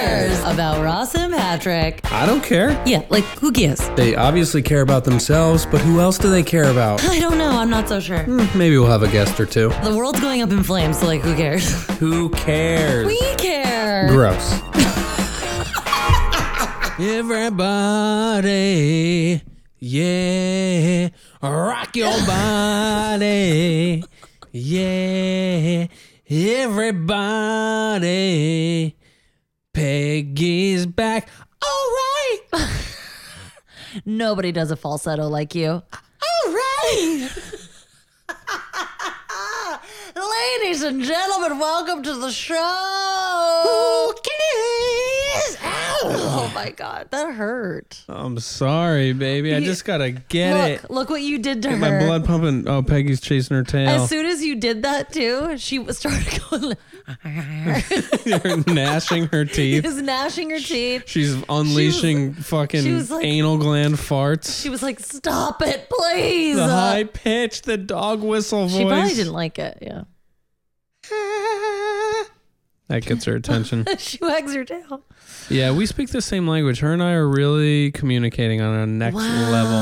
about Ross and Patrick. I don't care. Yeah, like who gives? They obviously care about themselves, but who else do they care about? Hmm, I don't know. I'm not so sure. Maybe we'll have a guest or two. The world's going up in flames, so like who cares? Who cares? We care. Gross. Everybody, yeah, rock your body, yeah. Everybody, Peggy's back. All right, all Nobody does a falsetto like you. right. Ladies and gentlemen, welcome to the show. Oh my god, that hurt. I'm sorry, baby. I just gotta get look, it. look what you did to My her. blood pumping. Oh, Peggy's chasing her tail. As soon as you did that too, she was- started going. You're gnashing her teeth. is gnashing her teeth. She's unleashing fucking she was like- anal gland farts. She was like, "Stop it, please." the Uh, high pitch, the dog whistle voice. she probably didn't like it. Yeah, That gets her attention. she wags her tail. yeah, we speak the same language. Her and I are really communicating on a next level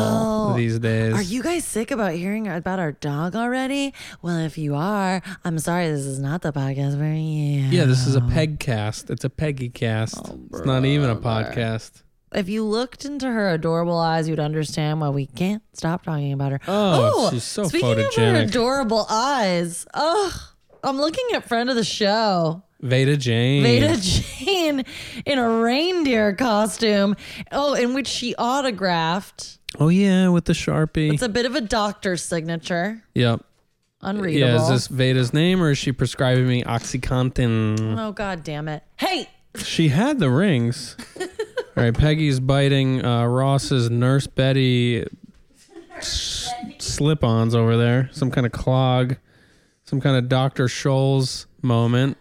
Wow. these days. Are you guys sick about hearing about our dog already? Well, if you are, I'm sorry. This is not the podcast for you. yeah, this is a peg cast. It's a Peggy cast. Oh, it's not even a podcast. If you looked into her adorable eyes, you'd understand why we can't stop talking about her. Oh, she's so speaking of her photogenic. adorable eyes, oh, I'm looking at friend of the show. Veda Jane. Beta Jane in a reindeer costume. Oh, in which she autographed. Oh yeah, with the Sharpie. It's a bit of a doctor's signature. yep. Unreadable. Yeah, is this Veda's name or is she prescribing me OxyContin? oh god damn it. Hey! She had the rings. All right, Peggy's biting uh, Ross's Nurse Betty s- slip-ons over there. Some kind of clog, some kind of Dr. Scholl's moment.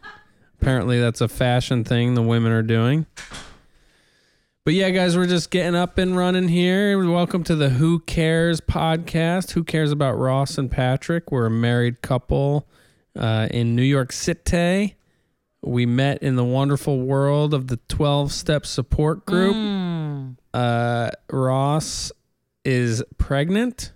Apparently, that's a fashion thing the women are doing. But yeah, guys, we're just getting up and running here. Welcome to the Who Cares podcast. Who cares about Ross and Patrick? We're a married couple uh, in New York City. We met in the wonderful world of the 12 step support group. Hmm. Uh, Ross is pregnant,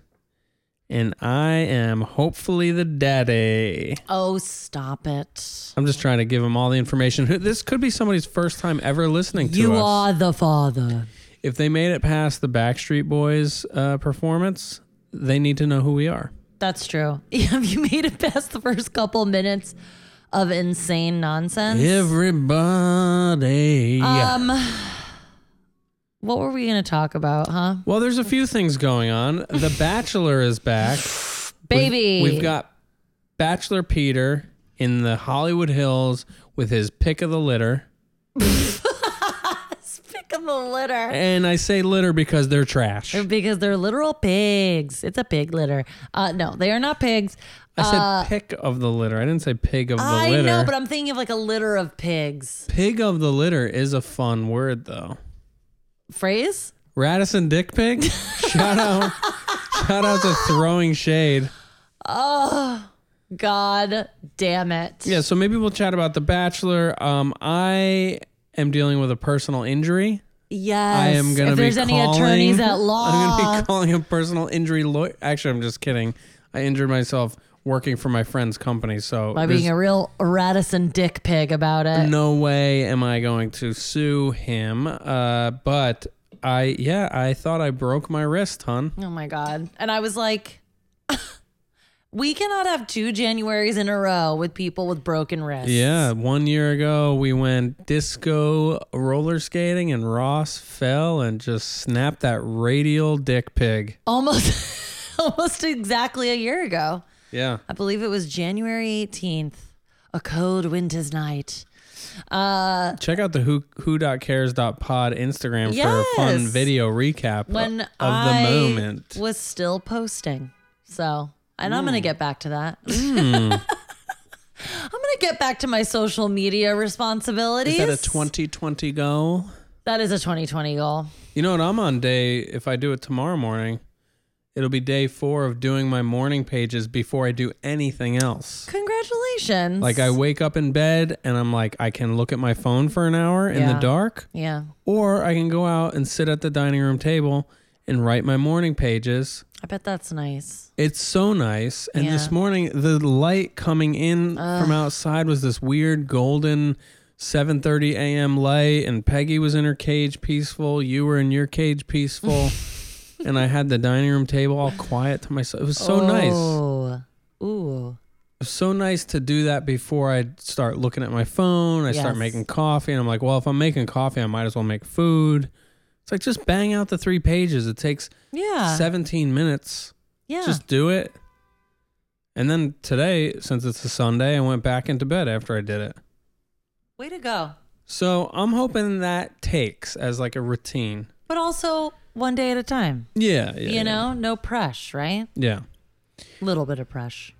and I am hopefully the daddy. Oh stop it. I'm just trying to give him all the information. This could be somebody's first time ever listening to You us. are the father. if they made it past the Backstreet Boys uh, performance, they need to know who we are. That's true. Have you made it past the first couple minutes of insane nonsense? Everybody. Um What were we gonna talk about, huh? well, there's a few things going on. The Bachelor is back. Baby. We've got Bachelor Peter in the Hollywood Hills with his pick of the litter. pick up a litter. And I say litter because they're trash. I because they're literal pigs. It's a pig litter. Uh, no, they are not pigs. said pick of the litter. I didn't say pig of the Uh, I litter. know, but I'm thinking of like a litter of pigs. pig of the litter is a fun word though. Phrase? Radisson Dick Pig? shout out. Shout out to throwing shade. God damn it. Yeah, so maybe we'll chat about The Bachelor. Um, I am dealing with a personal injury. Yes. I am going to if be there's calling, any attorneys at law. I'm going to be calling a personal injury lawyer. Actually, I'm just kidding. I injured myself working for my friend's company, so by there's being a real Radisson dick pig about it. no way am I going to sue him. Uh, but I, yeah, I thought I broke my wrist, hon. Oh my God. And I was like, we cannot have two Januaries in a row with people with broken wrists. Yeah, one year ago we went disco roller skating and Ross fell and just snapped that radial dick pig. Almost, almost exactly a year ago. Yeah. I believe it was January 18th, a cold winter's night. Uh, Check out the who who dot cares dot pod Instagram for a fun Yes. video recap when of I the moment. Mm. was still posting. So, and I'm going to get back to that. I'm going to get back to my social media responsibilities. Is that a 2020 goal? That is a 2020 goal. You know what? I'm on day if I do it tomorrow morning. It'll be day four of doing my morning pages before I do anything else. Congratulations. Like I wake up in bed and I'm like, I can look at my phone for an hour in the Yeah. dark, Yeah. or I can go out and sit at the dining room table and write my morning pages. I bet that's nice. It's so nice. And this Yeah. morning, the light coming in from outside was this weird golden 7:30 a.m. light, and Peggy was in her cage, peaceful. You were in your cage, peaceful. and I had the dining room table all quiet to myself. It was so nice. Oh. Ooh. It was so nice to do that before I start looking at my phone. I start Yes. making coffee, and I'm like, well, if I'm making coffee, I might as well make food. It's like just bang out the three pages. It takes Yeah. 17 minutes. yeah. Just do it. And then today, since it's a Sunday, I went back into bed after I did it. Way to go. So I'm hoping that takes as like a routine. But also one day at a time. Yeah. yeah yeah. you know, no press, right? Yeah. Little bit of press.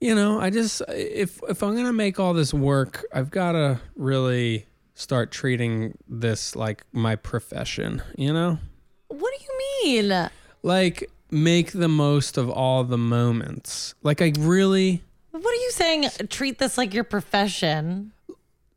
You know, I just if if I'm gonna make all this work, I've gotta really start treating this like my profession. You know, What do you mean? like make the most of all the moments. Like I really What are you saying? Treat this like your profession.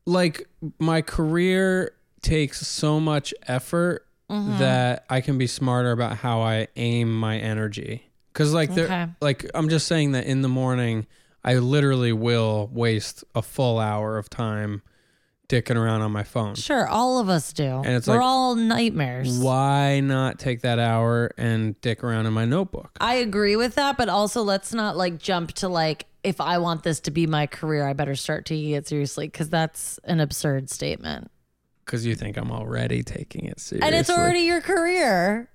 like my career takes so much effort Mm-hmm. that I can be smarter about how I aim my energy. Cause like there, Okay. like I'm just saying that in the morning, I literally will waste a full hour of time dicking around on my phone. Sure, all of us do. And it's We're like- all nightmares. Why not take that hour and dick around in my notebook? I agree with that, but also let's not like jump to like if I want this to be my career, I better start taking it seriously because that's an absurd statement. Cause you think I'm already taking it seriously. And it's already your career.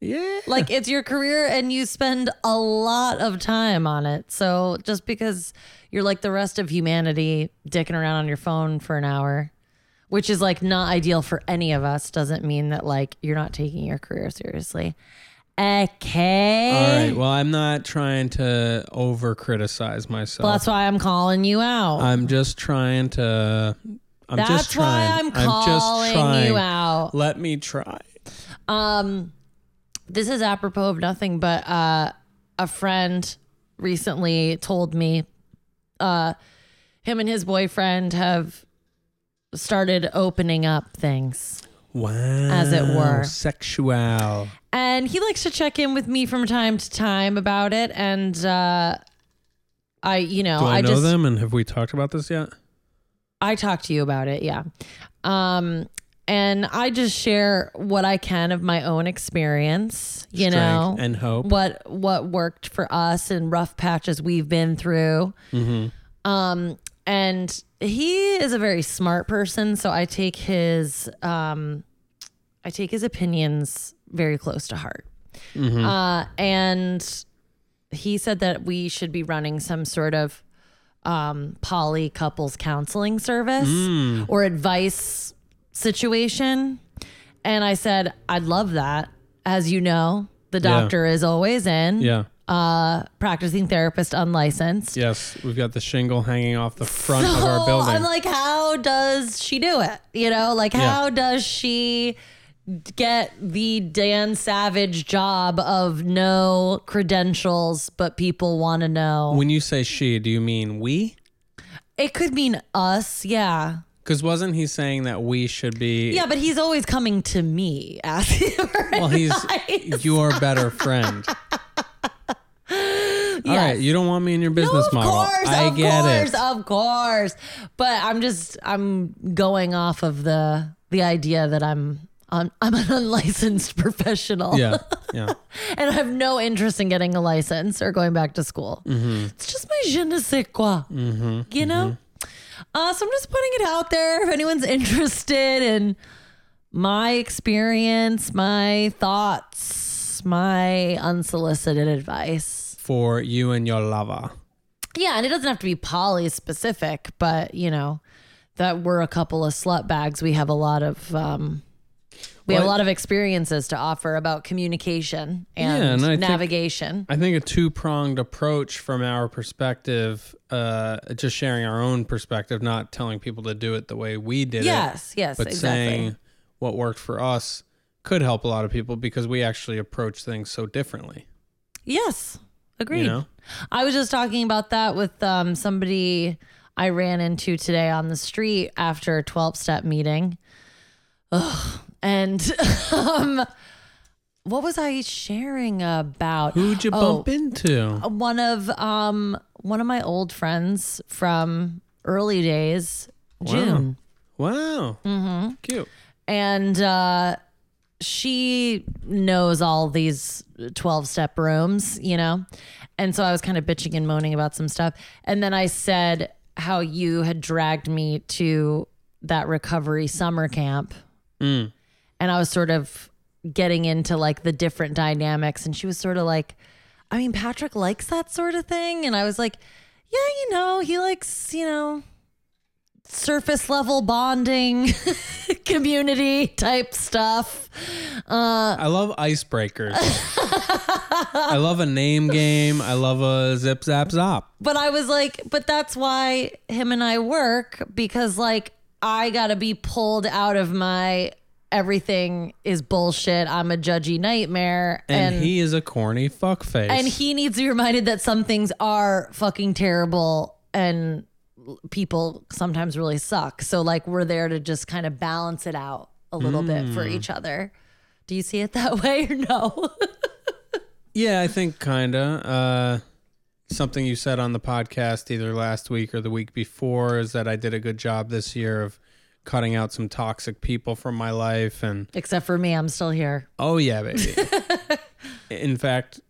yeah. Like it's your career and you spend a lot of time on it. So just because you're like the rest of humanity dicking around on your phone for an hour, which is like not ideal for any of us, doesn't mean that like you're not taking your career seriously. Okay. All right. Well, I'm not trying to over criticize myself. Well, that's why I'm calling you out. I'm just trying to. I'm that's just trying. why I'm calling just trying. you out. Let me try. Um, this is apropos of nothing, but uh, a friend recently told me, uh, him and his boyfriend have started opening up things, Wow. As it were. Sexual. and he likes to check in with me from time to time about it, and uh, I, you know, Do I, Oh, I, know just them? And have we talked about this yet? I talk to you about it, yeah. Um, and I just share what I can of my own experience, you Strength know, and hope. what what worked for us and rough patches we've been through. Um, and he is a very smart person, so I take his um, I take his opinions very close to heart. Uh, and he said that we should be running some sort of um, poly couples counseling service or advice situation. And I said, I'd love that. As you know, the Yeah. doctor is always in, Yeah. uh, practicing therapist unlicensed. yes. We've got the shingle hanging off the front of So our building. I'm like, how does she do it? You know, like how does she get the Dan Savage job of no credentials, but people want to know? when you say she, do you mean we? it could mean us, yeah. Because wasn't he saying that we should be? Yeah, but he's always coming to me asking for Well, he's advice. your better friend. All right, you don't want me in your business of model. course, I of get course, it. of course. But I'm just I'm going off of the the idea that I'm I'm, I'm an unlicensed professional. Yeah, yeah. and I have no interest in getting a license or going back to school. Mm-hmm. It's just my je ne sais quoi, you know? Uh, so I'm just putting it out there if anyone's interested in my experience, my thoughts, my unsolicited advice. For you and your lover. Yeah, and it doesn't have to be poly specific, but you know, that we're a couple of slut bags. We have a lot of um we have a Well, lot of experiences to offer about communication and, Yeah, and I think- navigation. I think a two pronged approach from our perspective, uh, just sharing our own perspective, not telling people to do it the way we did it, Yes, yes, but exactly. saying what worked for us could help a lot of people because we actually approach things so differently. Yes, agreed. You know? I was just talking about that with um, somebody I ran into today on the street after a 12 step meeting. Ugh. And um, what was I sharing about? Who'd you Oh. bump into? one of um one of my old friends from early days, June. Wow. Mm-hmm. Cute. and uh, she knows all these 12 step rooms, you know? And so I was kind of bitching and moaning about some stuff. And then I said how you had dragged me to that recovery summer camp. And I was sort of getting into like the different dynamics. And she was sort of like, I mean, Patrick likes that sort of thing. And I was like, yeah, you know, he likes, you know, surface level bonding community type stuff. Uh. I love icebreakers. I love a name game. I love a zip zap zop. But I was like, but that's why him and I work because like I got to be pulled out of my everything is bullshit. I'm a judgy nightmare And, he is a corny fuckface. and he needs to be reminded that some things are fucking terrible and l- people sometimes really suck. So like we're there to just kind of balance it out a little bit for each other. Do you see it that way or no? yeah, I think kinda. Uh, something you said on the podcast either last week or the week before is that I did a good job this year of cutting out some toxic people from my life and Except for me, I'm still here. Oh yeah, baby. In fact,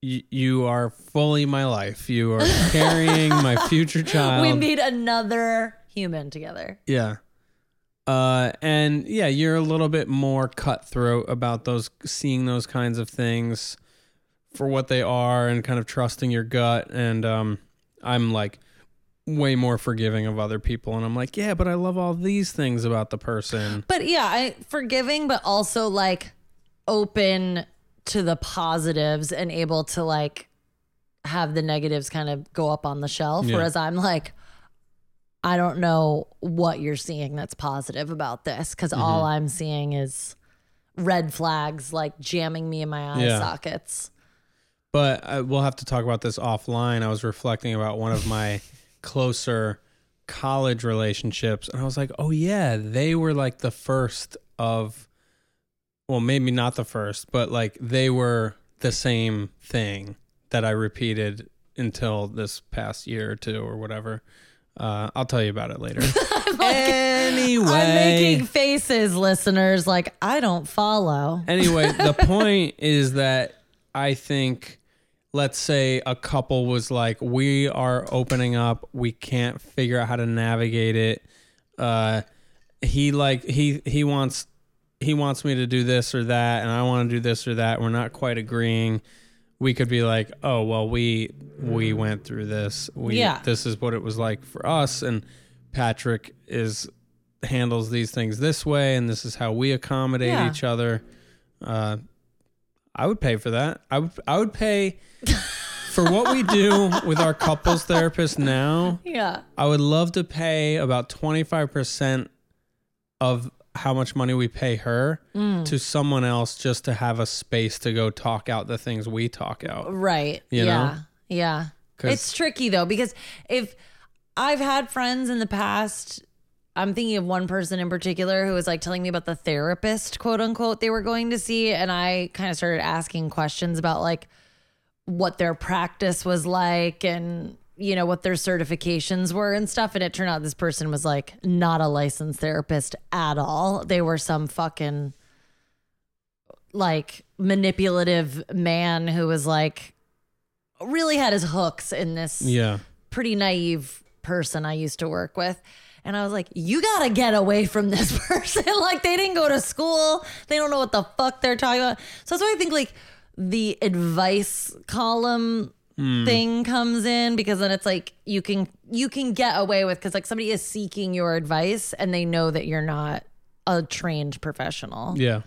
y- you are fully my life. You are carrying my future child. we meet another human together. yeah. Uh, and yeah, you're a little bit more cutthroat about those, seeing those kinds of things for what they are, and kind of trusting your gut. And um, I'm like way more forgiving of other people, and I'm like, yeah, but I love all these things about the person. But yeah, I forgiving, but also like open to the positives and able to like have the negatives kind of go up on the shelf. Yeah. Whereas I'm like, I don't know what you're seeing that's positive about this Mm-hmm. because all I'm seeing is red flags like jamming me in my eye Yeah. sockets. But I, we'll have to talk about this offline. I was reflecting about one of my closer college relationships, and I was like, oh, yeah, they were like the first of, well, maybe not the first, but like they were the same thing that I repeated until this past year or two or whatever. Uh, I'll tell you about it later. anyway. I'm making faces, listeners, like I don't follow. Anyway, the point is that I think, let's say a couple was like, we are opening up, we can't figure out how to navigate it. Uh, he like he he wants he wants me to do this or that, and I want to do this or that. We're not quite agreeing. We could be like, oh well, we we went through this. We Yeah. this is what it was like for us, and Patrick is handles these things this way, and this is how we accommodate Yeah. each other. Uh, I would pay for that. I would I would pay for what we do with our couples therapist now. Yeah. I would love to pay about twenty five percent of how much money we pay her Mm. to someone else just to have a space to go talk out the things we talk out. Right. yeah. You know? Yeah. 'Cause- It's tricky though because if I've had friends in the past I'm thinking of one person in particular who was like telling me about the therapist, quote unquote, they were going to see and I kind of started asking questions about like what their practice was like and you know what their certifications were and stuff and it turned out this person was like not a licensed therapist at all. They were some fucking like manipulative man who was like really had his hooks in this Yeah. pretty naive person I used to work with. And I was like, you gotta get away from this person. like, they didn't go to school. They don't know what the fuck they're talking about. So that's why I think, like, the advice column Hmm. thing comes in because then it's like you can you can get away with because like somebody is seeking your advice and they know that you're not a trained professional Yeah.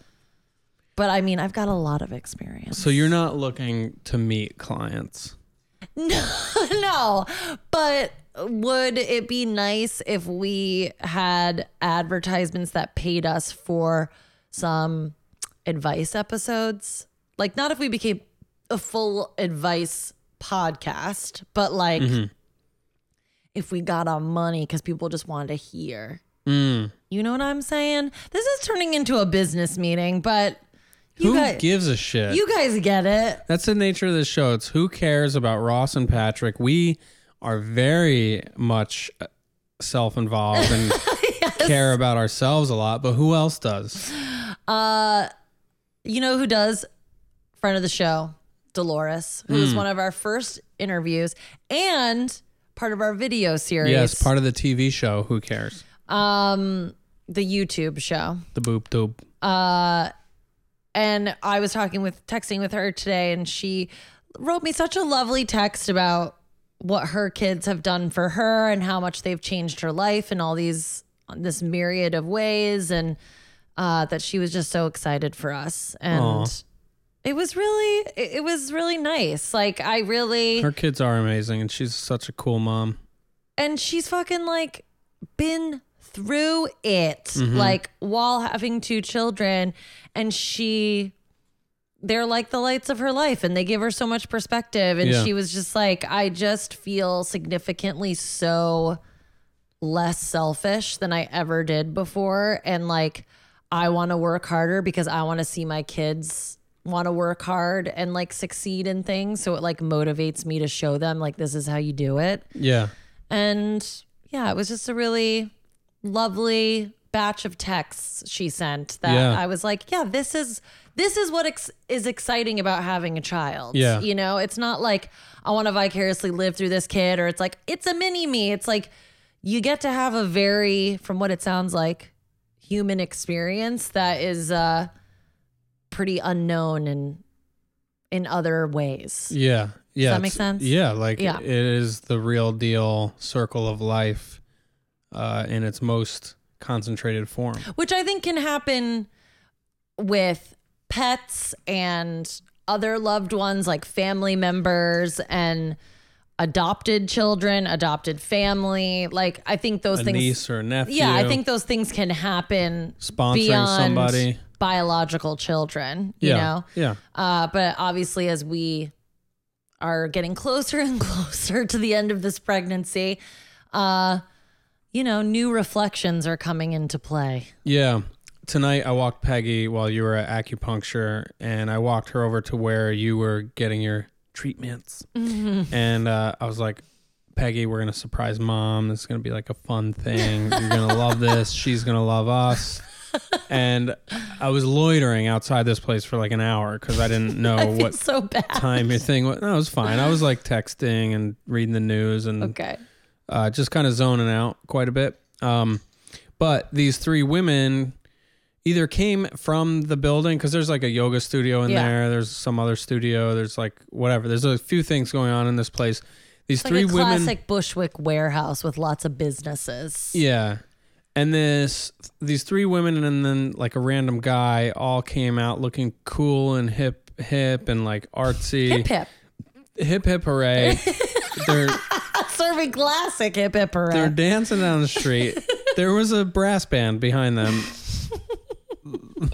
but i mean i've got a lot of experience So you're not looking to meet clients. no, but would it be nice if we had advertisements that paid us for some advice episodes? Like, not if we became a full advice podcast, but like if we got on money because people just wanted to hear. You know what I'm saying? This is turning into a business meeting, but you Who guys, gives a shit? you guys get it. That's the nature of this show. It's who cares about Ross and Patrick. We are very much self involved and care about ourselves a lot, but who else does? You know who does? Friend of the show, Dolores, who Hmm. was one of our first interviews and part of our video series. Yes, part of the TV show. Who cares? um, the YouTube show. The boop doop. and I was talking with texting with her today, and she wrote me such a lovely text about what her kids have done for her and how much they've changed her life in all these this myriad of ways, and uh, that she was just so excited for us, and it was really it, it was really nice. Like I really Her kids are amazing, and she's such a cool mom. and she's fucking like been through it like while having two children and she they're like the lights of her life and they give her so much perspective and Yeah. she was just like i just feel significantly so less selfish than i ever did before and like i want to work harder because i want to see my kids want to work hard and like succeed in things so it like motivates me to show them like this is how you do it Yeah. and yeah, it was just a really lovely batch of texts she sent that Yeah. I was like, yeah, this is this is what ex- is exciting about having a child. Yeah. You know, it's not like I want to vicariously live through this kid or it's like it's a mini me. It's like you get to have a very from what it sounds like human experience that is uh pretty unknown in in other ways. Yeah. Yeah. that make it's- sense? Yeah. Like Yeah. it is the real deal circle of life uh, in its most concentrated form. which I think can happen with pets and other loved ones like family members and adopted children, adopted family. Like I think those A things niece or a nephew. Yeah, I think those things can happen Sponsoring beyond somebody. biological children, you yeah. know. Yeah. Uh, but obviously, as we are getting closer and closer to the end of this pregnancy, uh, you know, new reflections are coming into play. Yeah. Tonight I walked Peggy while you were at acupuncture and I walked her over to where you were getting your treatments. Mm-hmm. And uh, I was like, Peggy, we're going to surprise mom. It's going to be like a fun thing. You're going to love this. She's going to love us. And I was loitering outside this place for like an hour because I didn't know I feel what so bad. time your thing was. No, it was fine. I was like texting and reading the news and Okay. uh, just kind of zoning out quite a bit. Um, but these three women either came from the building because there's like a yoga studio in Yeah. there. There's some other studio. There's like whatever. There's a few things going on in this place. These It's three like a women, classic Bushwick warehouse with lots of businesses. yeah. And this, these three women, and then like a random guy, all came out looking cool and hip, hip, and like artsy, Hip hip. hip, hip hooray. They're Serving classic hip hip They're around. dancing down the street. there was a brass band behind them.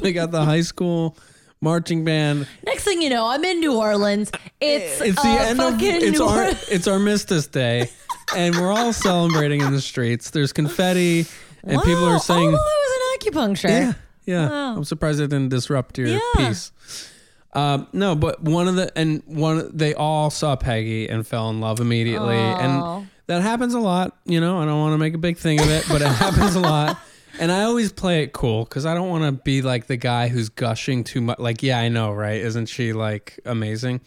they got the high school marching band. Next thing you know, I'm in New Orleans. It's, It's the uh, end of fucking it's New our Orleans. it's Armistice Day, and we're all celebrating in the streets. There's confetti, and people Wow. are saying, Oh, well, it was an acupuncture. "Yeah, yeah." Wow. I'm surprised it didn't disrupt your Yeah. piece. Um, no, but one of the and one they all saw Peggy and fell in love immediately, Aw. and that happens a lot. You know, I don't want to make a big thing of it, but it happens a lot. And I always play it cool because I don't want to be like the guy who's gushing too much. Like, yeah, I know, right? Isn't she like amazing?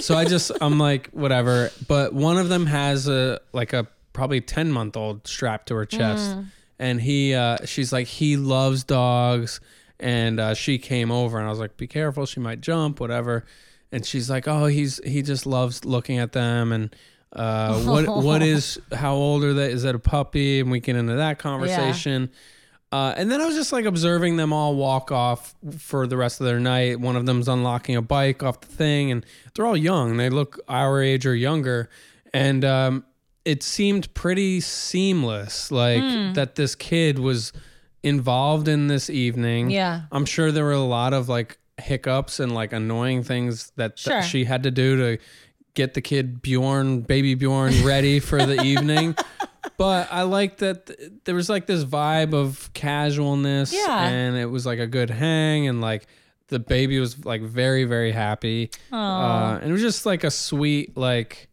So I just I'm like whatever. But one of them has a like a probably ten month old strapped to her chest, and he uh, she's like he loves dogs, and uh, she came over and I was like be careful she might jump whatever, and she's like oh he's he just loves looking at them and. Uh, what what is how old are they? Is that a puppy? And we get into that conversation. Uh, and then I was just like observing them all walk off for the rest of their night. One of them's unlocking a bike off the thing, and they're all young. They look our age or younger, and um, it seemed pretty seamless, like Hmm. that this kid was involved in this evening. Yeah. I'm sure there were a lot of like hiccups and like annoying things that, Sure. that she had to do to get the kid Bjorn, baby Bjorn, ready for the evening. But I like that th- there was like this vibe of casualness, Yeah. and it was like a good hang, and like the baby was like very very happy, uh, and it was just like a sweet like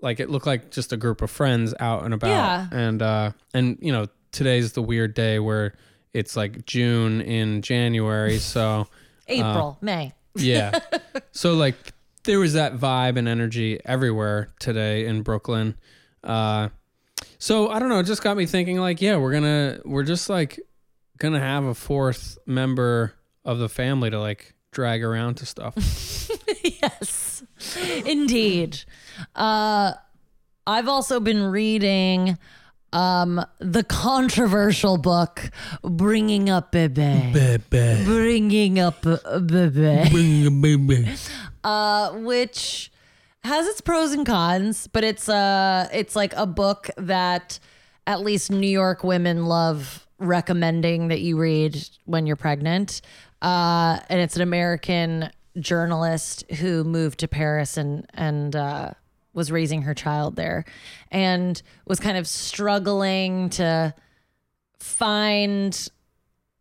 like it looked like just a group of friends out and about Yeah. and uh and you know today's the weird day where it's like june in january so Uh. April, May. yeah so like there was that vibe and energy everywhere today in brooklyn uh so i don't know it just got me thinking like yeah we're gonna we're just like gonna have a fourth member of the family to like drag around to stuff yes, indeed. Uh, I've also been reading um, the controversial book, Bringing Up Bebe. baby Bringing Up uh, Bebe. baby uh, which has its pros and cons, but it's uh it's like a book that at least New York women love recommending that you read when you're pregnant. Uh, and it's an American journalist who moved to Paris and and uh, was raising her child there, and was kind of struggling to find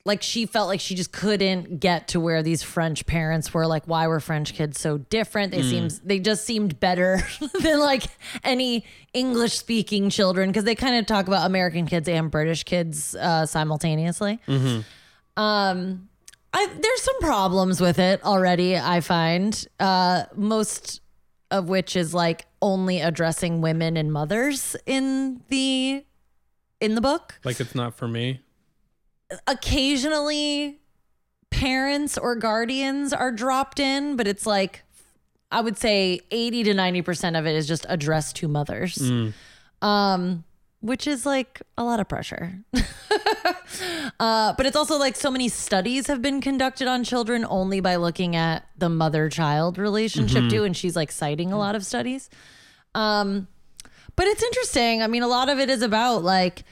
like she felt like she just couldn't get to where these French parents were like why were French kids so different they seemed they just seemed better than like any English speaking children because they kind of talk about American kids and British kids uh, simultaneously um I there's some problems with it already I find uh most of which is like only addressing women and mothers in the in the book like it's not for me occasionally parents or guardians are dropped in, but it's like I would say 80 to 90% of it is just addressed to mothers. Um which is like a lot of pressure. uh, but it's also like so many studies have been conducted on children only by looking at the mother child relationship, too. And she's like citing a lot of studies. Um, but it's interesting. I mean, a lot of it is about like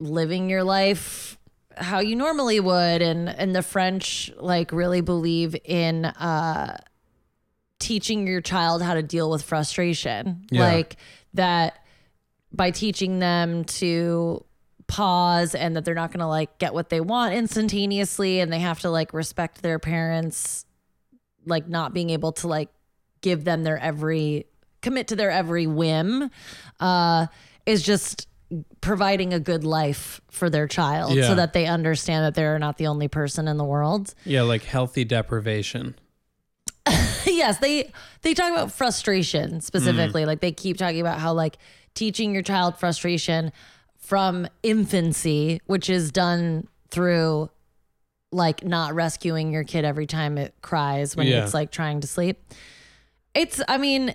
living your life how you normally would and and the french like really believe in uh teaching your child how to deal with frustration Yeah. like that by teaching them to pause and that they're not going to like get what they want instantaneously and they have to like respect their parents like not being able to like give them their every commit to their every whim uh is just providing a good life for their child Yeah. so that they understand that they're not the only person in the world yeah like healthy deprivation yes, they they talk about frustration specifically. Like they keep talking about how like teaching your child frustration from infancy, which is done through like not rescuing your kid every time it cries when Yeah. it's like trying to sleep. It's I mean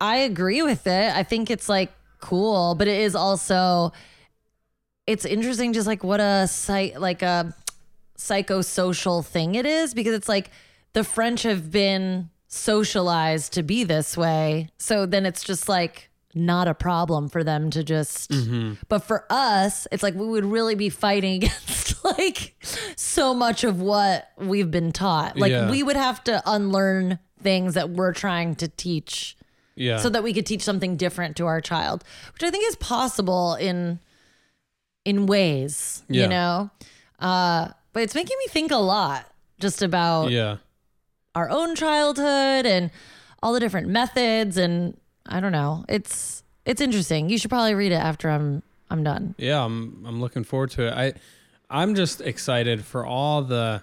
I agree with it. I think it's like cool, but it is also it's interesting just like what a site like a psychosocial thing it is because it's like the French have been socialized to be this way. So then it's just like not a problem for them to just but for us it's like we would really be fighting against like so much of what we've been taught. Like Yeah. we would have to unlearn things that we're trying to teach yeah so that we could teach something different to our child, which I think is possible in in ways, Yeah. you know. Uh, but it's making me think a lot just about yeah our own childhood and all the different methods, and I don't know. It's it's interesting. You should probably read it after I'm I'm done. Yeah, I'm I'm looking forward to it. I I'm just excited for all the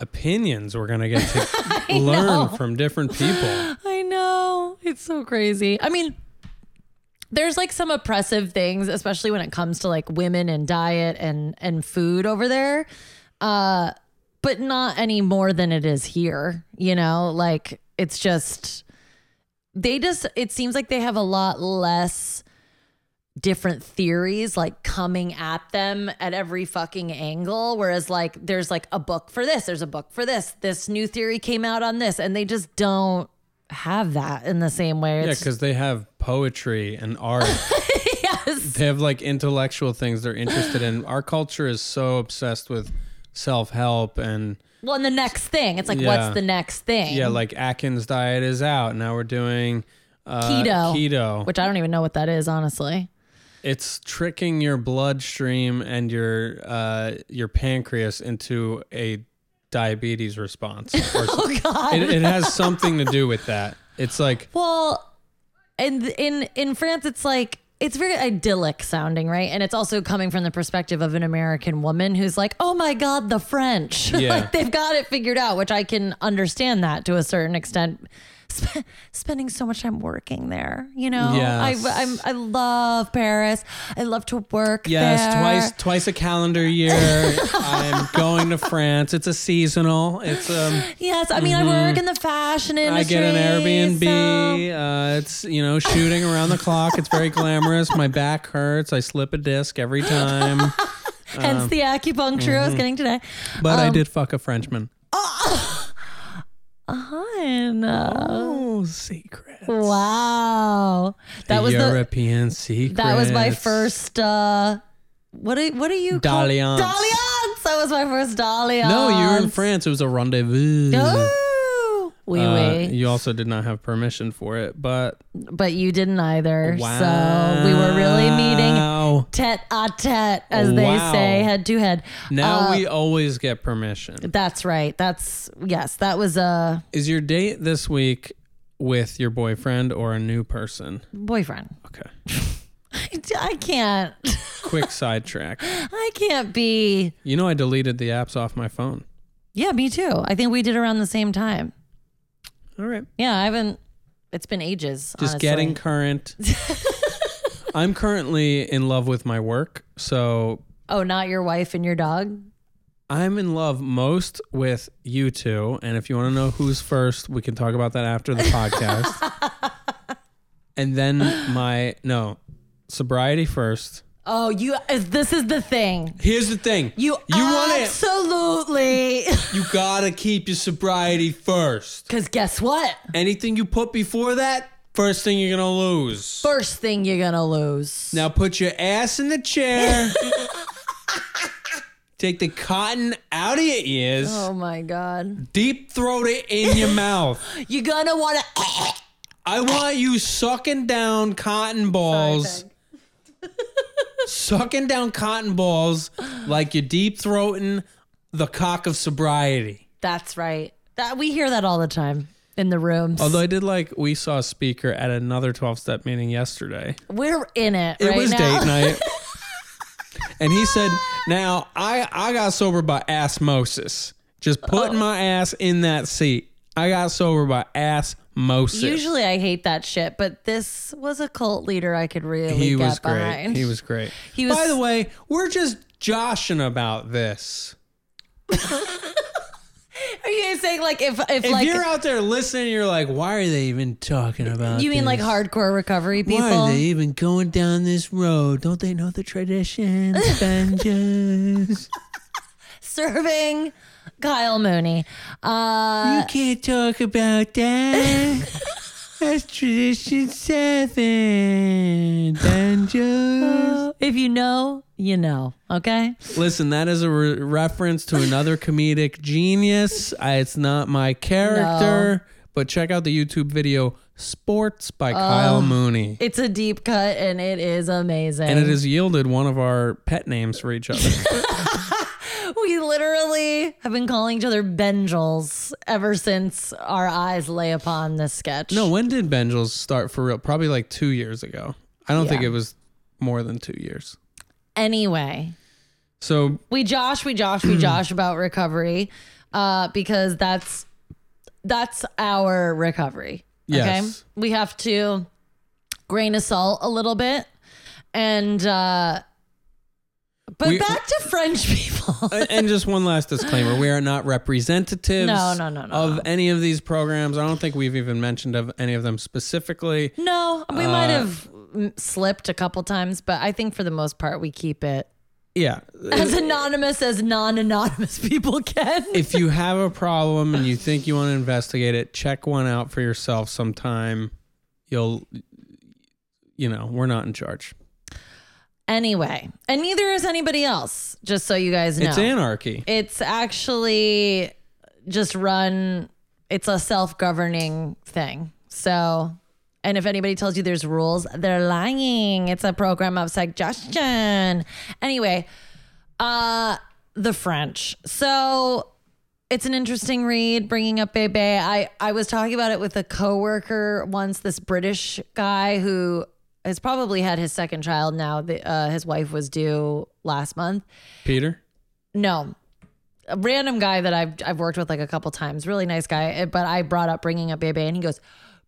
opinions we're gonna get to learn know. from different people. I know. It's so crazy. I mean, there's like some oppressive things, especially when it comes to like women and diet and and food over there. Uh, but not any more than it is here, you know? Like it's just they just it seems like they have a lot less different theories like coming at them at every fucking angle whereas like there's like a book for this there's a book for this this new theory came out on this and they just don't have that in the same way Yeah, It's- because they have poetry and art. yes they have like intellectual things they're interested in. Our culture is so obsessed with self help and well, and the next thing, it's like, Yeah. what's the next thing? Yeah, like Atkins diet is out. Now we're doing uh, Keto. Keto. which I don't even know what that is, honestly. It's tricking your bloodstream and your uh, your pancreas into a diabetes response. Or Oh God. it, it has something to do with that. It's like Well, and th- in in France, it's like it's very idyllic sounding, right? And it's also coming from the perspective of an American woman who's like, "Oh my God, the French! Yeah. like they've got it figured out," which I can understand that to a certain extent. Sp- spending so much time working there, you know. Yes. I, I'm I love Paris. I love to work. yes, there. twice twice a calendar year. I'm going to France. It's a seasonal. It's um. Yes, I mean I work in the fashion Mm-hmm. I industry. get an so- Airbnb. Uh, it's you know shooting around the clock. It's very glamorous. My back hurts. I slip a disc every time. Uh-huh. hence the acupuncture I was Mm-hmm. getting today. But Um, I did fuck a Frenchman. Hun, uh, Oh, secret. Wow. That was the European secret. that was my first uh what do what do you call Dalliance. Dalliance. That was my first dalliance. No, you were in France. It was a rendezvous. Oh, oui, Uh, oui. you also did not have permission for it, but But you didn't either. wow. So we were really meeting Wow. tete a tete, as Wow. they say, head to head. Now uh, we always get permission. That's right. That's yes. That was a Is your date this week with your boyfriend or a new person? boyfriend. Okay. I can't. Quick sidetrack. I can't be. You know, I deleted the apps off my phone. Yeah, me too. I think we did around the same time. All right. Yeah, I haven't. It's been ages. Just honestly. getting current. I'm currently in love with my work. So Oh, not your wife and your dog. I'm in love most with you two. And if you want to know who's first, we can talk about that after the podcast. and then my, no, sobriety first. Oh, you. Is, this is the thing. Here's the thing You. you want it. absolutely. You gotta keep your sobriety first. Because guess what? Anything you put before that, first thing you're gonna lose. First thing you're gonna lose. Now put your ass in the chair. Take the cotton out of your ears. Oh my god. Deep throat it in your mouth. You're gonna want to. I want you sucking down cotton balls. sucking down cotton balls like you're deep throating the cock of sobriety. That's right. That we hear that all the time in the rooms. Although I did like, we saw a speaker at another 12 step meeting yesterday. We're in it. It right was now. date night. and he said, "Now I I got sober by osmosis. Just putting my ass in that seat. I got sober by osmosis. Usually I hate that shit, but this was a cult leader I could really he get was great. behind. He was great. He was- By the way, we're just joshing about this. Are you saying like if if, If like you're out there listening, you're like, why are they even talking about? you mean like this? hardcore recovery people? Why are they even going down this road? Don't they know the traditions, vengeance? serving Kyle Mooney. Uh, You can't talk about that. That's tradition seven. Dungeons. if you know, you know. Okay. Listen, that is a re- reference to another comedic genius. I, it's not my character, but check out the YouTube video "Sports" by Kyle Mooney, It's a deep cut and it is amazing. and it has yielded one of our pet names for each other. We literally have been calling each other Benjels ever since our eyes lay upon this sketch. no, when did Benjels start for real? Probably like two years ago. I don't think Yeah. it was more than two years. Anyway, So we josh, we josh, we josh about recovery uh, because that's that's our recovery. Yes. We have to grain of salt a little bit. And uh but We- back to French people. and and just one last disclaimer: we are not representatives. No, no, no, no, Of any of these programs, I don't think we've even mentioned of any of them specifically. no, we might uh, have mm, slipped a couple times, but I think for the most part we keep it Yeah, as anonymous as non-anonymous people can. if you have a problem and you think you want to investigate it, check one out for yourself sometime. You'll, you know, we're not in charge. Anyway, and neither is anybody else, just so you guys know. It's anarchy. It's actually just run it's a self-governing thing. So and if anybody tells you there's rules, they're lying. It's a program of suggestion. Anyway, uh the French. So it's an interesting read bringing up Bebe. I I was talking about it with a coworker once this British guy who has probably had his second child now. The, uh, his wife was due last month. Peter? No. A random guy that I've I've worked with like a couple times, really nice guy. Eh, But I brought up bringing up Bebe, and he goes,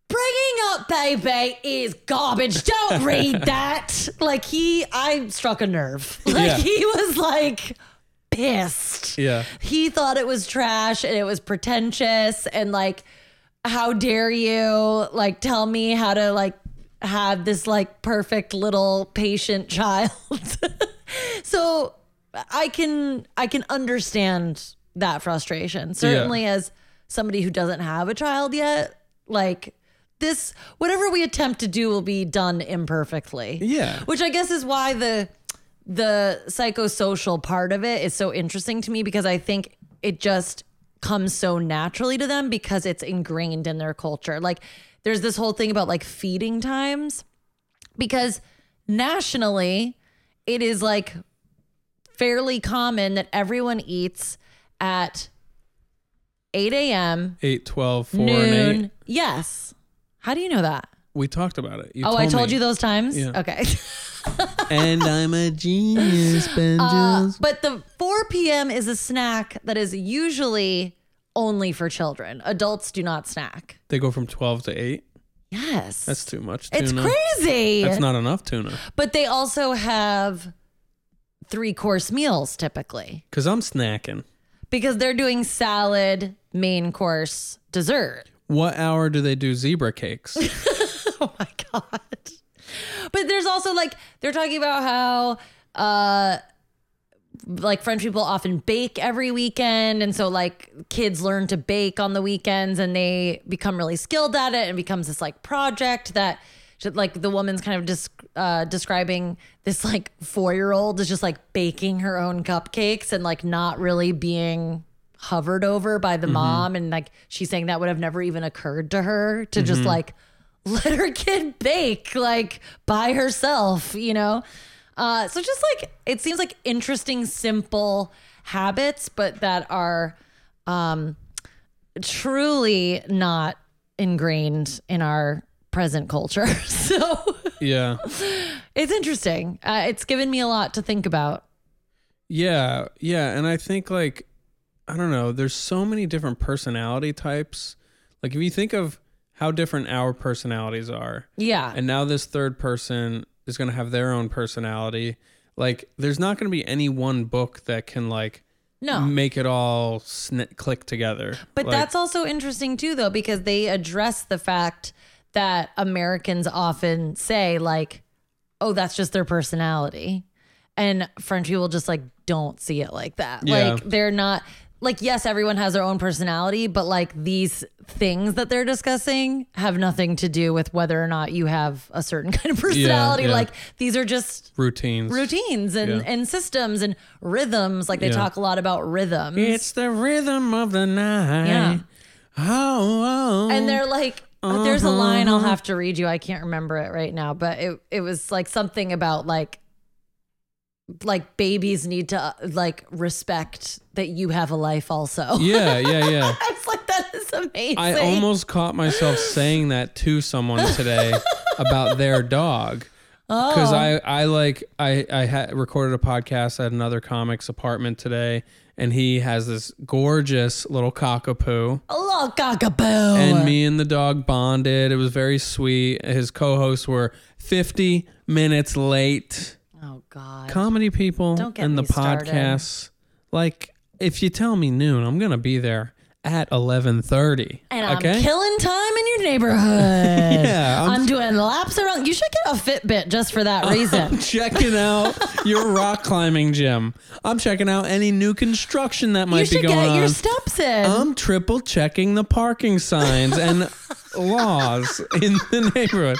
"Bringing up Bebe is garbage. Don't read that." Like he, I struck a nerve. Like Yeah. he was like pissed. Yeah. He thought it was trash and it was pretentious and like, how dare you like tell me how to like have this like perfect little patient child. so I can I can understand that frustration. Certainly as somebody who doesn't have a child yet, like this whatever we attempt to do will be done imperfectly. Yeah. Which I guess is why the the psychosocial part of it is so interesting to me because I think it just comes so naturally to them because it's ingrained in their culture. Like there's this whole thing about like feeding times because nationally it is like fairly common that everyone eats at 8 a.m. 8, 12, 4, and 8. noon. Yes. How do you know that? We talked about it. You Oh, I told me. you those times? Yeah. Okay. And I'm a genius, Ben Uh, Jules. but the 4 p.m. is a snack that is usually only for children. Adults do not snack. They go from 12 to 8. Yes. That's too much tuna. it's crazy. That's not enough tuna. but they also have three course meals typically Because I'm snacking. because they're doing salad, main course, dessert. What hour do they do zebra cakes? Oh my god. But there's also like they're talking about how uh like French people often bake every weekend and so like kids learn to bake on the weekends and they become really skilled at it and becomes this like project that like the woman's kind of just uh, describing this like four-year-old is just like baking her own cupcakes and like not really being hovered over by the mom and like she's saying that would have never even occurred to her to just like let her kid bake like by herself you know uh so just like it seems like interesting simple habits but that are um truly not ingrained in our present culture so yeah. it's interesting uh, it's given me a lot to think about Yeah, yeah, and I think like I don't know, there's so many different personality types. Like if you think of how different our personalities are, yeah and now this third person is going to have their own personality, like there's not going to be any one book that can like no make it all sn- click together. But Like, that's also interesting too, though, because they address the fact that Americans often say, like, oh, that's just their personality. And French people just like don't see it like that. Yeah. Like, they're not, like, yes, everyone has their own personality, but like these things that they're discussing have nothing to do with whether or not you have a certain kind of personality. yeah. Like, these are just routines. routines and, Yeah. and systems and rhythms. Like, they Yeah. talk a lot about rhythms. It's the rhythm of the night. Yeah. Oh, oh. and they're like there's a line Uh-huh. i'll have to read you i can't remember it right now but it, it was like something about like like babies need to uh, like respect that you have a life also yeah, yeah, yeah. i was like that is amazing I almost caught myself saying that to someone today about their dog. Oh. Because I, I like I, I had recorded a podcast at another comic's apartment today, and he has this gorgeous little cockapoo. a little cockapoo And me and the dog bonded. It was very sweet. His co-hosts were 50 minutes late. oh god Comedy people Don't get and the me started. podcasts. Like, if you tell me noon, I'm gonna be there at 11:30. and i'm okay? killing time in your neighborhood Yeah, I'm I'm, doing laps around you should get a fitbit just for that reason checking out your rock climbing gym. I'm checking out any new construction that you might be should going get your on. Um, steps in I'm triple checking the parking signs and laws in the neighborhood.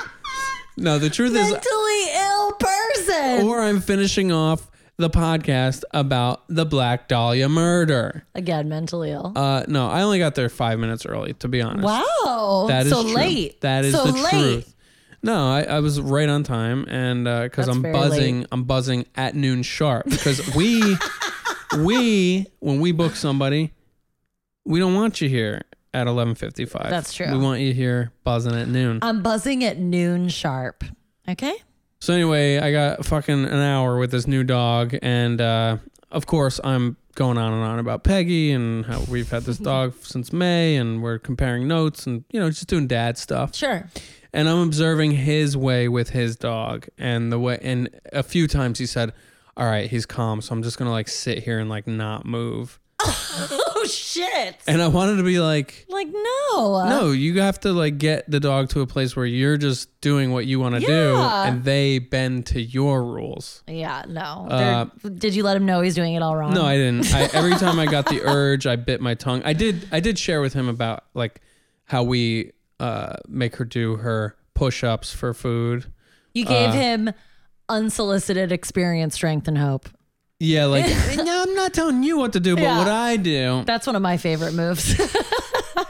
No, the truth is, mentally ill person or I'm finishing off the podcast about the Black Dahlia murder. Again, mentally ill. Uh, no, I only got there five minutes early, to be honest. wow. That is so true. late. That is so the late. truth. No, I, I was right on time, and because That's I'm very buzzing, late. I'm buzzing at noon sharp. Because we, we, when we book somebody, we don't want you here at 11:55. That's true. Uh, We want you here buzzing at noon. I'm buzzing at noon sharp. Okay. So anyway, I got fucking an hour with this new dog, and uh, of course, I'm going on and on about Peggy and how we've had this dog since May, and we're comparing notes, and you know, just doing dad stuff Sure. and I'm observing his way with his dog and the way and a few times he said, "All right, he's calm, so I'm just going to like sit here and like not move." Oh shit. And I wanted to be like, like no. "No, you have to like get the dog to a place where you're just doing what you want to do Yeah. and they bend to your rules." Yeah, no. Uh, They're- did you let him know he's doing it all wrong? No, I didn't. I, every time I got the urge, I bit my tongue. I did. I did share with him about like how we uh, make her do her push-ups for food. you uh, gave him unsolicited experience, strength, and hope. Yeah, like no, I'm not telling you what to do, but Yeah. what I do. That's one of my favorite moves.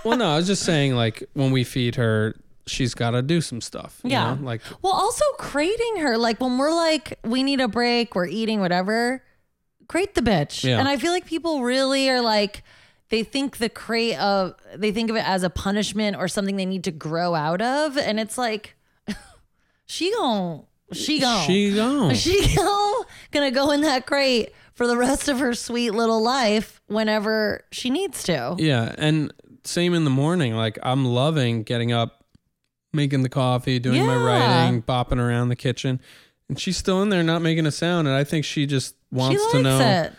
Well, no, I was just saying like when we feed her, she's got to do some stuff. you Yeah. know? like well, also crating her. Like when we're like, we need a break, we're eating, whatever, crate the bitch. Yeah. And I feel like people really are like, they think the crate of, they think of it as a punishment or something they need to grow out of. And it's like, she gon' she gon' she gone. she go, gonna go in that crate for the rest of her sweet little life whenever she needs to. yeah, and same in the morning. Like I'm loving getting up, making the coffee, doing my Yeah. writing, bopping around the kitchen, and she's still in there not making a sound. And I think she just she wants likes to know it.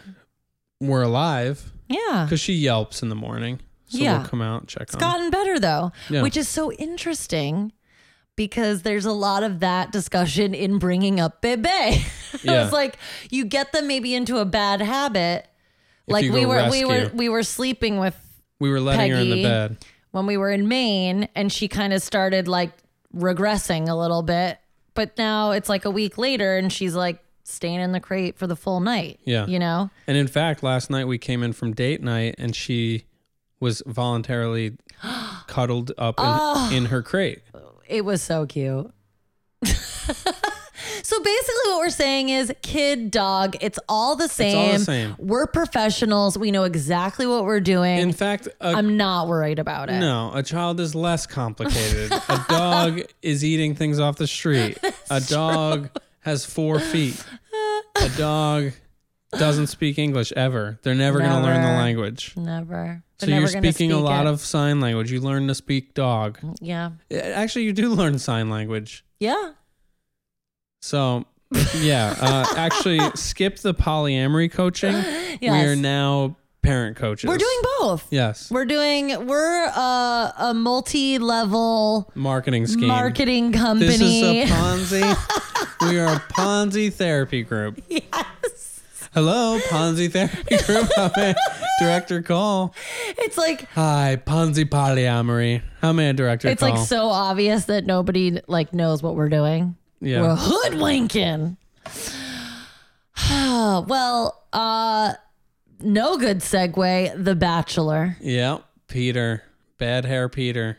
we're alive Yeah. because she yelps in the morning. So Yeah. we'll come out check It's on. her. gotten better though, Yeah. which is so interesting because there's a lot of that discussion in bringing up Bebe. Yeah. it's like you get them maybe into a bad habit. like you we go were we rescue. were we were sleeping with We were letting her in the Peggy. bed. when we were in Maine and she kind of started like regressing a little bit. But now it's like a week later and she's like staying in the crate for the full night. Yeah. You know? And in fact, last night we came in from date night and she was voluntarily cuddled up in, Oh. in her crate. It was so cute. so basically what we're saying is kid dog, it's all the same. all the same. We're professionals. We know exactly what we're doing. In fact, a, I'm not worried about it. no, a child is less complicated. a dog is eating things off the street. A dog has four feet. A dog doesn't speak English ever. They're never, going to learn the Never. language. Never. We're So never you're gonna speaking a speak lot it. of sign language. You learn to speak dog. Yeah. Actually, you do learn sign language. Yeah. So, yeah, uh, actually, skip the polyamory coaching. We are Yes. now parent coaches. We're doing both. yes We're doing we're a, a multi-level marketing scheme. marketing This is company. a Ponzi. we are a Ponzi therapy group. Yes. Hello, Ponzi therapy group. How may I- director call. it's like Hi, Ponzi polyamory. How may I direct your it's call? like so obvious that nobody like knows what we're doing. yeah. We're hoodwinking. well, uh no good segue, The Bachelor. yeah. Peter. Bad hair, Peter.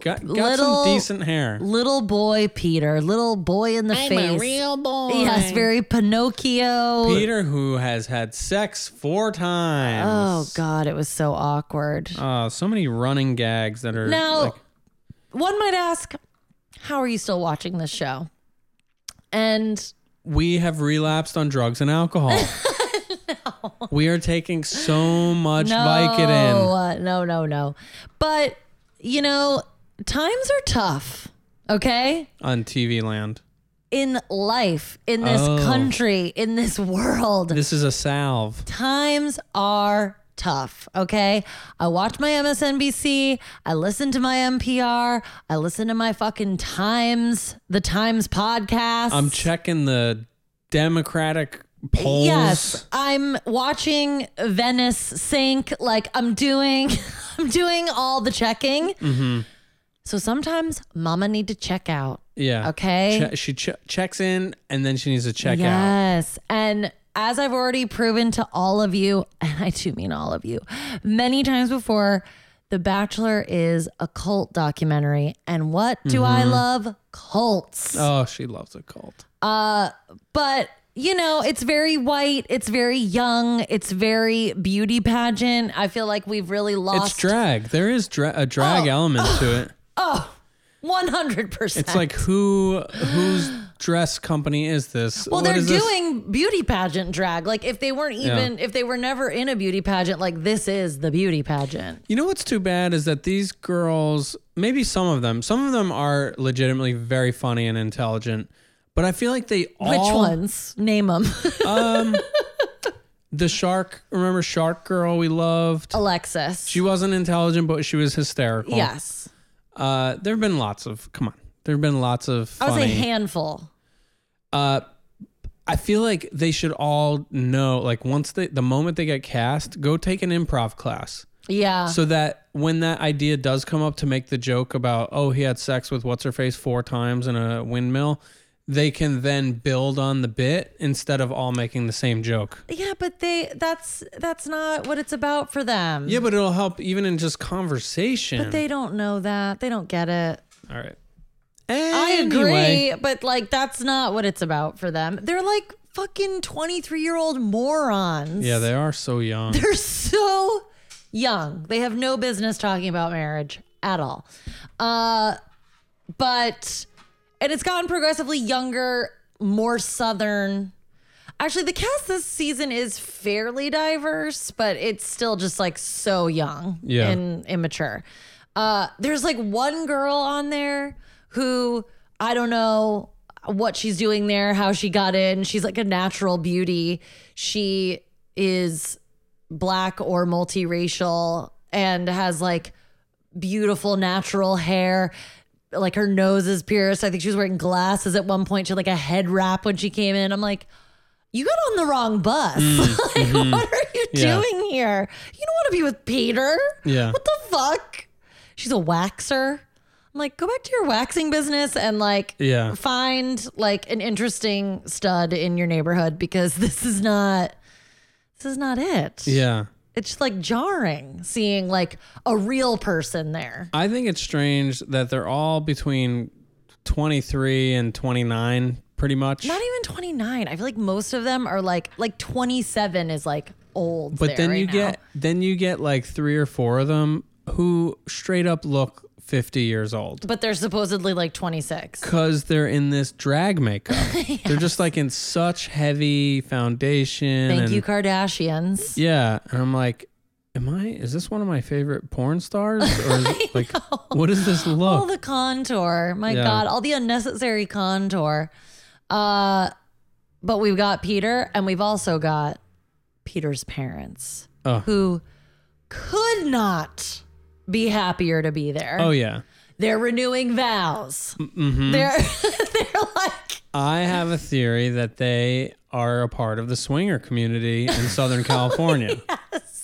Got, got Little- some decent hair. Little boy Peter, little boy in the face. boy. yes, very Pinocchio. Peter, who has had sex four Oh times. god, it was so awkward. Uh, so many running gags that are. Oh. Now, like- one might ask, how are you still watching this show? And we have relapsed on drugs and alcohol. We are taking so much no, Vicodin. uh, no, no, no. But you know, times are tough. Okay, on TV land. in life, in this Oh. country, in this world, This is a salve. times are tough. Okay, I watch my MSNBC. I listen to my NPR. I listen to my fucking Times, the Times podcast. I'm checking the Democratic polls. Yes, I'm watching Venice sink. Like I'm doing, I'm doing all the checking. Mm-hmm. So sometimes Mama need to check out. Yeah. Okay. Che- she che- checks in and then she needs to check out. yes, and as I've already proven to all of you, and I do mean all of you, many times before, The Bachelor is a cult documentary. And what do I love? Cults. Mm-hmm. Oh, she loves a cult. But, you know, it's very white, it's very young, it's very beauty pageant. I feel like we've really It's lost Oh. drag. There is dra- a drag element to it. 100%. It's like who whose dress company is this? Well, What they're is this? doing beauty pageant drag. Like if they weren't even if they were never in a beauty pageant, like this is the beauty pageant. You know what's too bad is that these girls, maybe some of them, some of them are legitimately very funny and intelligent, but I feel like they all Which ones? Name them. the shark, remember shark girl we Oh. loved? Alexis. She wasn't intelligent, but she was hysterical. yes. Uh, there have been lots of, come on, there have been lots of I funny. would say handful. I feel like they should all know, like once they, the moment they get cast, go take an improv class. Yeah. so that when that idea does come up to make the joke about oh he had sex with what's her face four times in a windmill they can then build on the bit instead of all making the same joke yeah, but they that's that's not what it's about for them. yeah but it'll help even in just conversation They don't know that. They don't get it. all right I Anyway, agree, but like that's not what it's about for them. They're like fucking 23-year-old morons. yeah they are so young They're so young. They have no business talking about marriage at all. Uh, but, and it's gotten progressively younger, more Southern. Actually, the cast this season is fairly diverse, but it's still just like so young Yeah. and immature. Uh, there's like one girl on there who I don't know what she's doing there, how she got in. She's like a natural beauty. She is black or multiracial and has like beautiful natural hair. Like her nose is pierced. I think she was wearing glasses at one point. She had like a head wrap when she came in. I'm like, you got on the wrong bus. like, what are you Mm, mm-hmm. Yeah. doing here? You don't want to be with Peter. yeah What the fuck? She's a waxer. I'm like, go back to your waxing business and like Yeah. find like an interesting stud in your neighborhood because this is not this is not it yeah it's just like jarring seeing like a real person there. i think it's strange that they're all between 23 and 29 pretty much Not even 29. I feel like most of them are like like 27 is like old. But there then right you now. get then you get like three or four of them who straight up look 50 years old but they're supposedly like 26. because they're in this drag makeup. They're just like in such heavy foundation. Thank and- you Kardashians. Yeah, and I'm like, am I? Is this one of my favorite porn stars? Or is it, like, what is this All look? the contour. My Yeah. god, all the unnecessary contour. Uh but we've got Peter and we've also got Peter's parents Oh. who could not be happier to be there. oh mm-hmm. yeah, They're renewing vows. They're they're like I have a theory that they are a part of the swinger community in Southern California.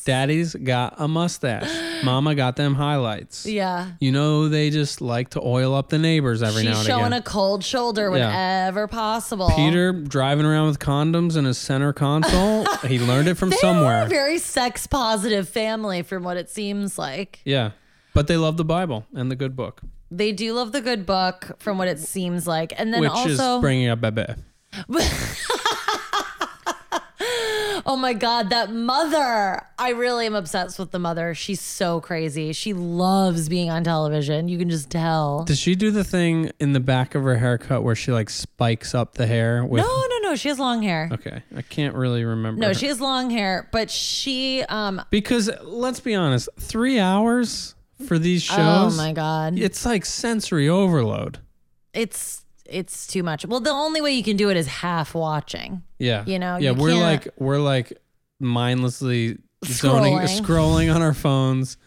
Daddy's got a mustache. Mama got them highlights. yeah. You know, they just like to oil up the neighbors every now She's and showing again. a cold shoulder whenever possible. Peter driving around with condoms in his center console. he learned it from They are somewhere. a very sex positive family from what it seems like. yeah. But they love the Bible and the good book, They do love the good book from what it seems like. And then which also is bringing up Bebe. Oh my God, that mother. I really am obsessed with the mother. She's so crazy. She loves being on television. You can just tell. Does she do the thing in the back of her haircut where she like spikes up the hair with? No, no, no. She has long hair. Okay, I can't really remember. No, her. she has long hair, but she, um, because let's be honest, three hours for these oh shows, my God. it's like sensory overload. It's, it's too much. Well, the only way you can do it is half watching. Yeah. You know, Yeah, you we're can't- like we're like mindlessly zoning Scrolling. scrolling on our phones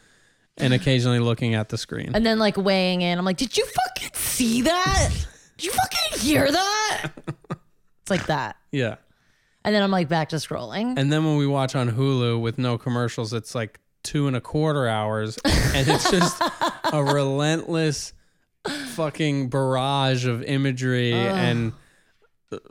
and occasionally looking at the screen. And then like weighing in, I'm like, did you fucking see that? Did you fucking hear that? It's like that. Yeah. And then I'm like back to scrolling. And then when we watch on Hulu with no commercials, it's like two and a quarter hours and it's just a relentless fucking barrage of imagery and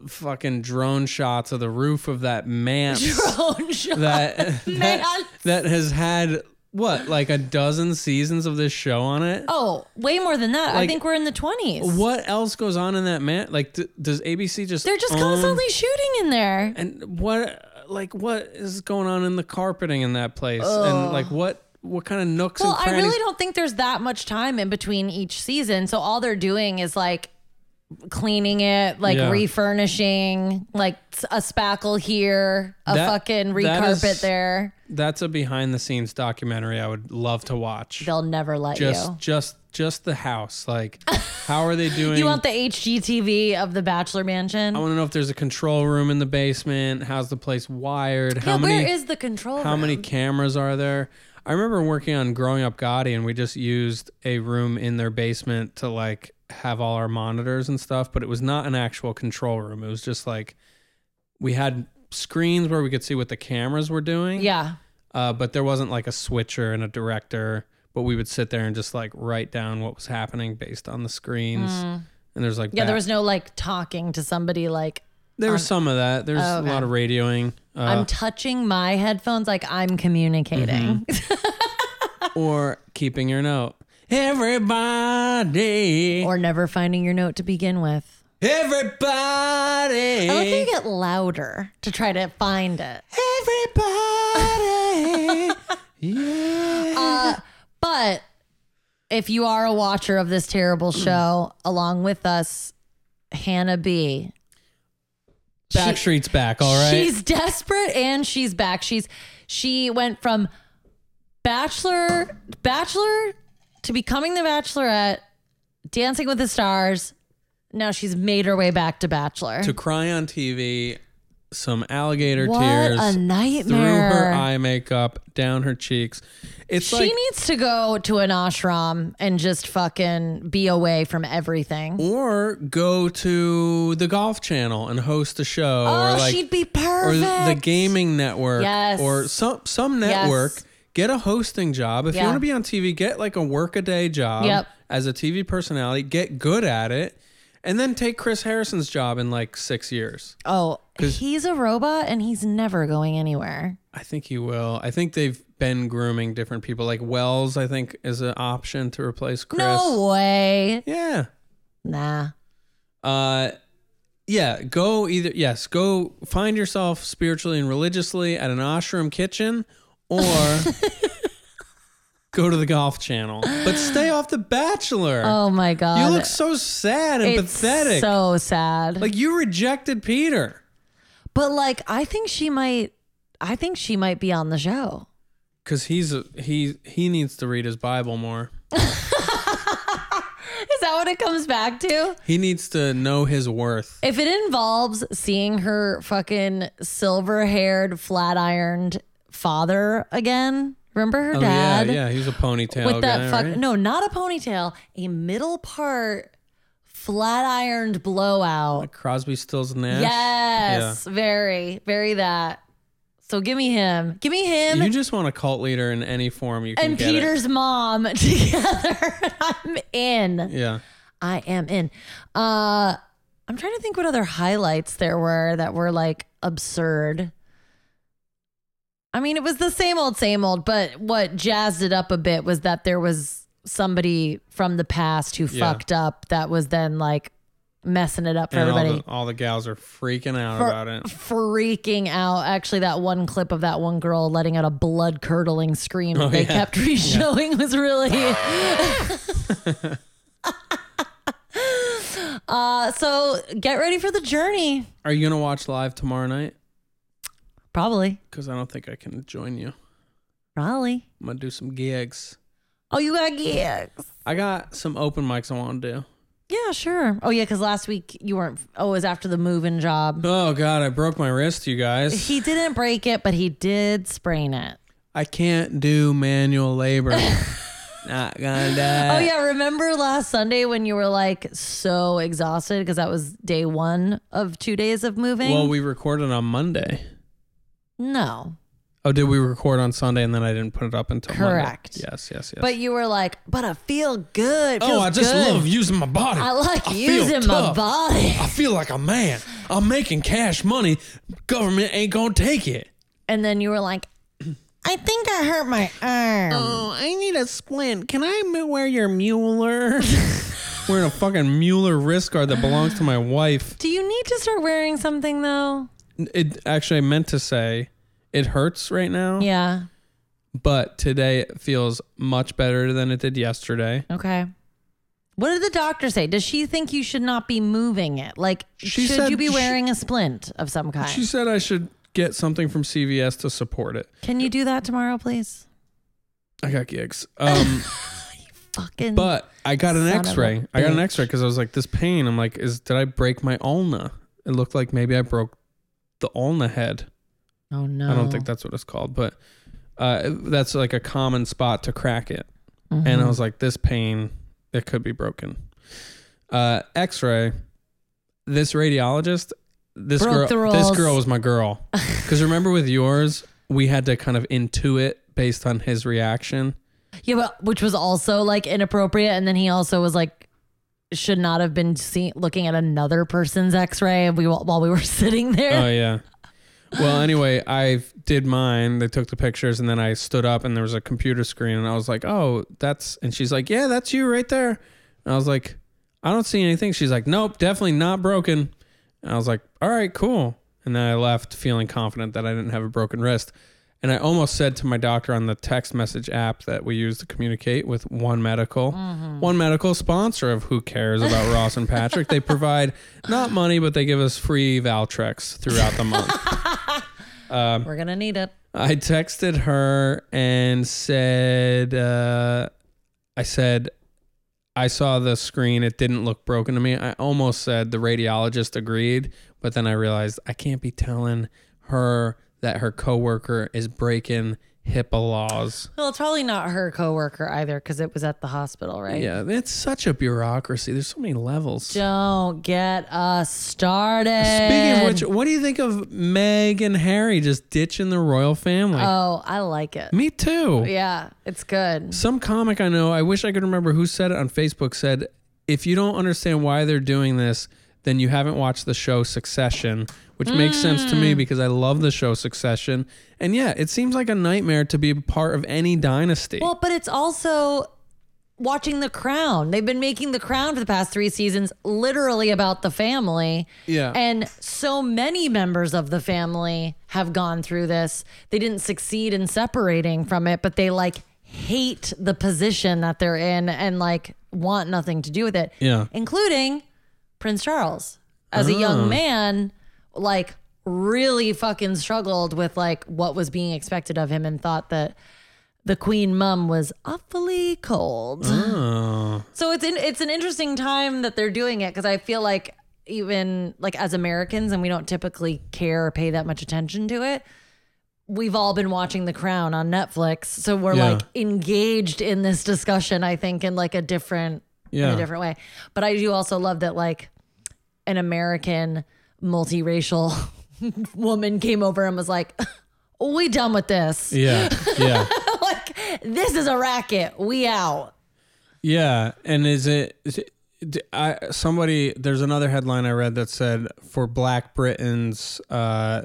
fucking drone shots of the roof of that manse Drone shot. that Man. that, that has had what like a dozen seasons of this show on it. Oh, way more than that. I Like- think we're in the 20s. What else goes on in that man? Like, d- does ABC just They're just own- constantly shooting in there. Um, and what like what is going on in the carpeting in that place and like what what kind of nooks Well, and I crannies really don't think there's that much time in between each season. So all they're doing is like cleaning it, like Yeah. refurnishing, like s- a spackle here, a That- fucking that recarpet is- there. that's a behind the scenes documentary i would love to watch They'll never let just you. just just the house like how are they doing You want the HGTV of the Bachelor Mansion? i want to know if there's a control room in the basement how's the place wired how yeah, many where is the control how room? many cameras are there i remember working on growing up gotti and we just used a room in their basement to like have all our monitors and stuff but it was not an actual control room it was just like we had screens where we could see what the cameras were doing Yeah. uh, but there wasn't like a switcher and a director but we would sit there and just like write down what was happening based on the screens and there's like Hmm. Yeah, back- there was no like talking to somebody like there was some of that there's Oh, okay. a lot of radioing uh, I'm touching my headphones like I'm communicating. Mm-hmm. or keeping your note everybody or never finding your note to begin with. I like how you Everybody, get louder to try to find it. everybody, Uh, yeah. But if you are a watcher of this terrible Mm. show, along with us, Hannah B. Backstreet's back, all right. She's desperate and she's back. She's she went from bachelor bachelor to becoming the bachelorette, dancing with the stars. Now she's made her way back to bachelor. to cry on TV, some alligator what tears a through her nightmare. eye makeup, down her cheeks. It's she like, needs to go to an ashram and just fucking be away from everything. or go to the Golf Channel and host a show, Oh, or like, she'd be or perfect. the gaming network, Yes. or some some network. Get a hosting job if you Yeah. want to be on TV. Get like a work a day job Yep. as a TV personality. Get good at it, and then take Chris Harrison's job in like six years. Oh, he's a robot and he's never going anywhere. I think you will. I think they've been grooming different people. Like Wells, I think is an option to replace Chris. No way. Yeah. Nah. Uh, yeah, go either. Yes, go find yourself spiritually and religiously at an ashram kitchen or go to the golf channel. But stay off The Bachelor. Oh my god. you look so sad and it's pathetic. so sad. like you rejected Peter. but like I think she might I think she might be on the show. Because he's a, he he needs to read his Bible more. Is that what it comes back to? He needs to know his worth. If it involves seeing her fucking silver-haired, flat-ironed father again, remember her Oh dad? yeah, yeah. He's a ponytail With guy, that fuck right? no, not a ponytail, a middle part flat-ironed blowout. Crosby, Stills, Nash. Yes, very, very that. So give me him. Give me him You just want a cult leader in any form you can and get it. Peter's mom together. I'm in. Yeah. I am in. Uh I'm trying to think what other highlights there were that were like absurd. I mean, it was the same old, same old, but what jazzed it up a bit was that there was somebody from the past who Yeah. fucked up that was then like messing it up for and everybody. All, the, all the gals are freaking out For- about it. freaking out. Actually, that one clip of that one girl letting out a blood curdling scream that they yeah. kept re-showing was really. uh, so get ready for the journey. Are you gonna watch live tomorrow night? Probably, Because I don't think I can join you. probably. I'm gonna do some gigs. Oh, you got gigs. I got some open mics I want to do. Yeah, sure. Oh, yeah, because last week you weren't. Oh, it was after the moving job. Oh God, I broke my wrist, you guys. He didn't break it, but he did sprain it. I can't do manual labor. Not gonna do it. Oh yeah, remember last Sunday when you were like so exhausted because that was day one of two days of moving? Well, we recorded on Monday. no, Oh, did we record on Sunday and then I didn't put it up until Monday? Correct. Yes, yes, yes. But you were like, but I feel good. It oh, feels I just good. love using my body. I like I feel using my tough. body. I feel like a man. I'm making cash money. Government ain't gonna take it. And then you were like, I think I hurt my arm. Oh, I need a splint. Can I m- wear your Mueller? Wearing a fucking Mueller wrist guard that belongs to my wife. Do you need to start wearing something though? It actually I meant to say it hurts right now, Yeah. but today it feels much better than it did yesterday. Okay. What did the doctor say? Does she think you should not be moving it? Like, She should said you be she- wearing a splint of some kind? She said I should get something from CVS to support it. Can you do that tomorrow, please? I got gigs. Um Fucking. But I got an Son of a X-ray. I got an bitch. X-ray because I was like, this pain. I'm like, is did I break my ulna? It looked like maybe I broke the ulna head. oh no. I don't think that's what it's called, but uh, that's like a common spot to crack it. Mm-hmm. And I was like, this pain, it could be broken. Uh, X-ray. This radiologist, this Broke the girl, this rules. girl was my girl. Because remember with yours, we had to kind of intuit based on his reaction. Yeah, but which was also like inappropriate. And then he also was like, should not have been see- looking at another person's X-ray. We while we were sitting there. Oh yeah. Well, anyway, I did mine. They took the pictures, and then I stood up, and there was a computer screen, and I was like, "Oh, that's." And she's like, "Yeah, that's you right there." And I was like, "I don't see anything." She's like, "Nope, definitely not broken." And I was like, "All right, cool." And then I left feeling confident that I didn't have a broken wrist. And I almost said to my doctor on the text message app that we use to communicate with One Medical, One Medical sponsor of Who Cares About Ross and Patrick. They provide not money, but they give us free Valtrex throughout the month. Oh, we're gonna need it. I texted her and said, uh, I said, I saw the screen. It didn't look broken to me. I almost said the radiologist agreed, but then I realized I can't be telling her that her coworker is breaking HIPAA laws. Well, it's probably not her coworker either, because it was at the hospital, right? Yeah, it's such a bureaucracy. There's so many levels. Don't get us started. Speaking of which, what do you think of Meg and Harry just ditching the royal family? oh, I like it. me too. Yeah, it's good. Some comic I know, I wish I could remember who said it on Facebook, said, if you don't understand why they're doing this, then you haven't watched the show Succession, which makes sense to Mm. me because I love the show Succession. And yeah, it seems like a nightmare to be a part of any dynasty. Well, but it's also watching The Crown. They've been making The Crown for the past three seasons literally about the family. Yeah. And so many members of the family have gone through this. They didn't succeed in separating from it, but they like hate the position that they're in and like want nothing to do with it. Yeah. Oh. Including Prince Charles as a young man, like really fucking struggled with like what was being expected of him and thought that the queen mum was awfully cold. Oh. So it's in, it's an interesting time that they're doing it because I feel like even like as Americans and we don't typically care or pay that much attention to it. We've all been watching The Crown on Netflix, so we're Yeah. like engaged in this discussion. I think in like a different in Yeah. a different way. But I do also love that like an American multiracial woman came over and was like, "We done with this. Yeah. Yeah. like this is a racket. We out." Yeah, and is it? Is it d- I somebody there's another headline I read that said for Black Britons, uh,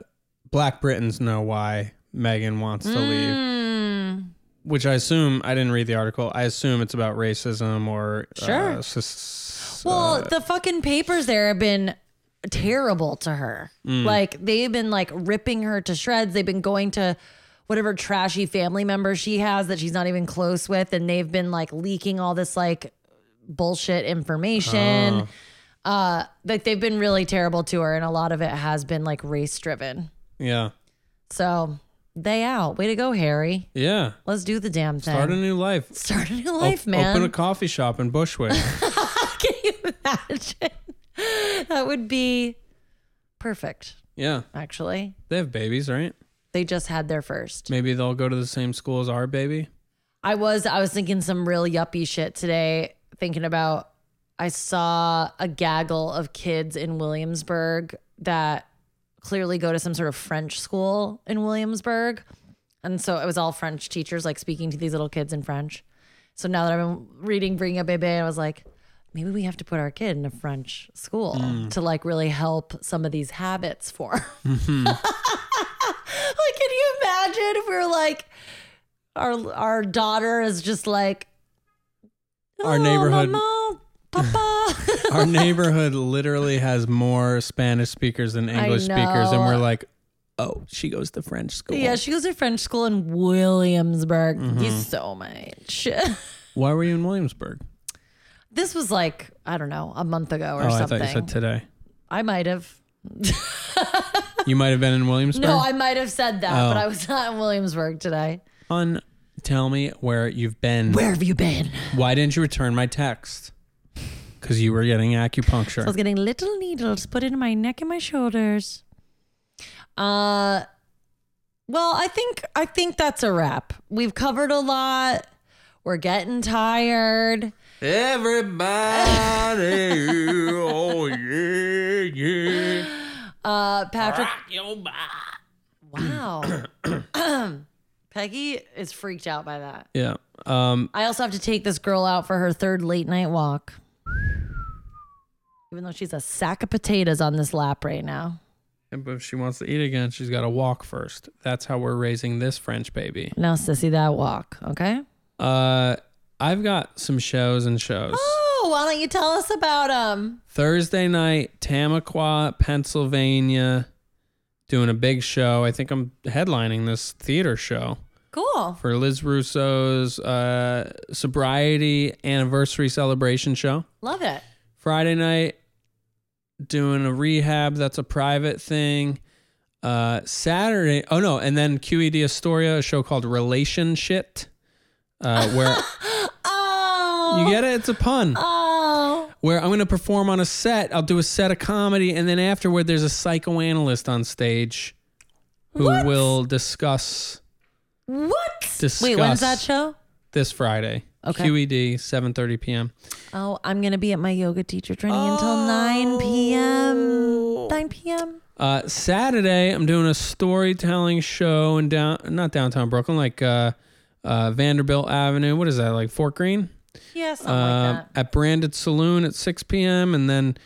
Black Britons know why Megan wants to leave. Hmm. Which I assume I didn't read the article. I assume it's about racism or Sure. Uh, sus- Well, the fucking papers there have been terrible to her. Mm. Like they've been like ripping her to shreds. They've been going to whatever trashy family member she has that she's not even close with and they've been like leaking all this like bullshit information. Uh like they've been really terrible to her and a lot of it has been like race driven. yeah, So, they out. Way to go, Harry. yeah. Let's do the damn thing. Start a new life. Start a new Op- life, man. Open a coffee shop in Bushwick. Can you imagine? That would be perfect, yeah, actually. they have babies, right? They just had their first. Maybe they'll go to the same school as our baby. I was I was thinking some real yuppie shit today, thinking about I saw a gaggle of kids in Williamsburg that clearly go to some sort of French school in Williamsburg And so it was all French teachers, like speaking to these little kids in French. So now that I've been reading Bring Up Bebe, I was like, maybe we have to put our kid in a French school Mm. to like really help some of these habits form. Mm-hmm. like, can you imagine if we were like, our our daughter is just like Our "Oh, neighborhood- mama, papa. Our neighborhood literally has more Spanish speakers than English speakers, and know. we're like, oh, she goes to French school. Yeah, she goes to French school in Williamsburg. Mm-hmm. He's so much. Why were you in Williamsburg? this was like, I don't know, a month ago or oh, I something. thought I, you said today. might have. You might have been in Williamsburg. No, I might have said that, Oh. but I was not in Williamsburg today. Un, tell me where you've been. Where have you been? Why didn't you return my text? Because you were getting acupuncture. I was getting little needles put into my neck and my shoulders. Uh well, I think I think that's a wrap. We've covered a lot. We're getting tired. Everybody, oh yeah, yeah. Uh Patrick Wow. Peggy is freaked out by that. Yeah. Um, I also have to take this girl out for her third late night walk. Even though she's a sack of potatoes on this lap right now. and if she wants to eat again, she's got to walk first. That's how we're raising this French baby. Now, sissy, that walk, okay? Uh, I've got some shows and shows. Oh, why don't you tell us about um, them? Thursday night, Tahmaquah, Pennsylvania, doing a big show. I think I'm headlining this theater show Cool. for Liz Russo's uh, sobriety anniversary celebration show. Love it. Friday night, doing a rehab. That's a private thing. Uh, Saturday, oh no, and then QED Astoria, a show called Relationship, uh, where Oh. you get it. It's a pun. Oh. where I'm going to perform on a set. I'll do a set of comedy, and then afterward, there's a psychoanalyst on stage who What? will discuss What? Discuss. Wait, when's that show? this Friday. E Okay. QED, 7:30 p.m. Oh, I'm going to be at my yoga teacher training until 9 Oh. p.m. 9 p.m. Uh, Saturday, I'm doing a storytelling show in down, not downtown Brooklyn, like uh, uh, Vanderbilt Avenue. What is that? Like Fort Greene. Yeah, something Um, like that. at Branded Saloon at 6 p.m. And then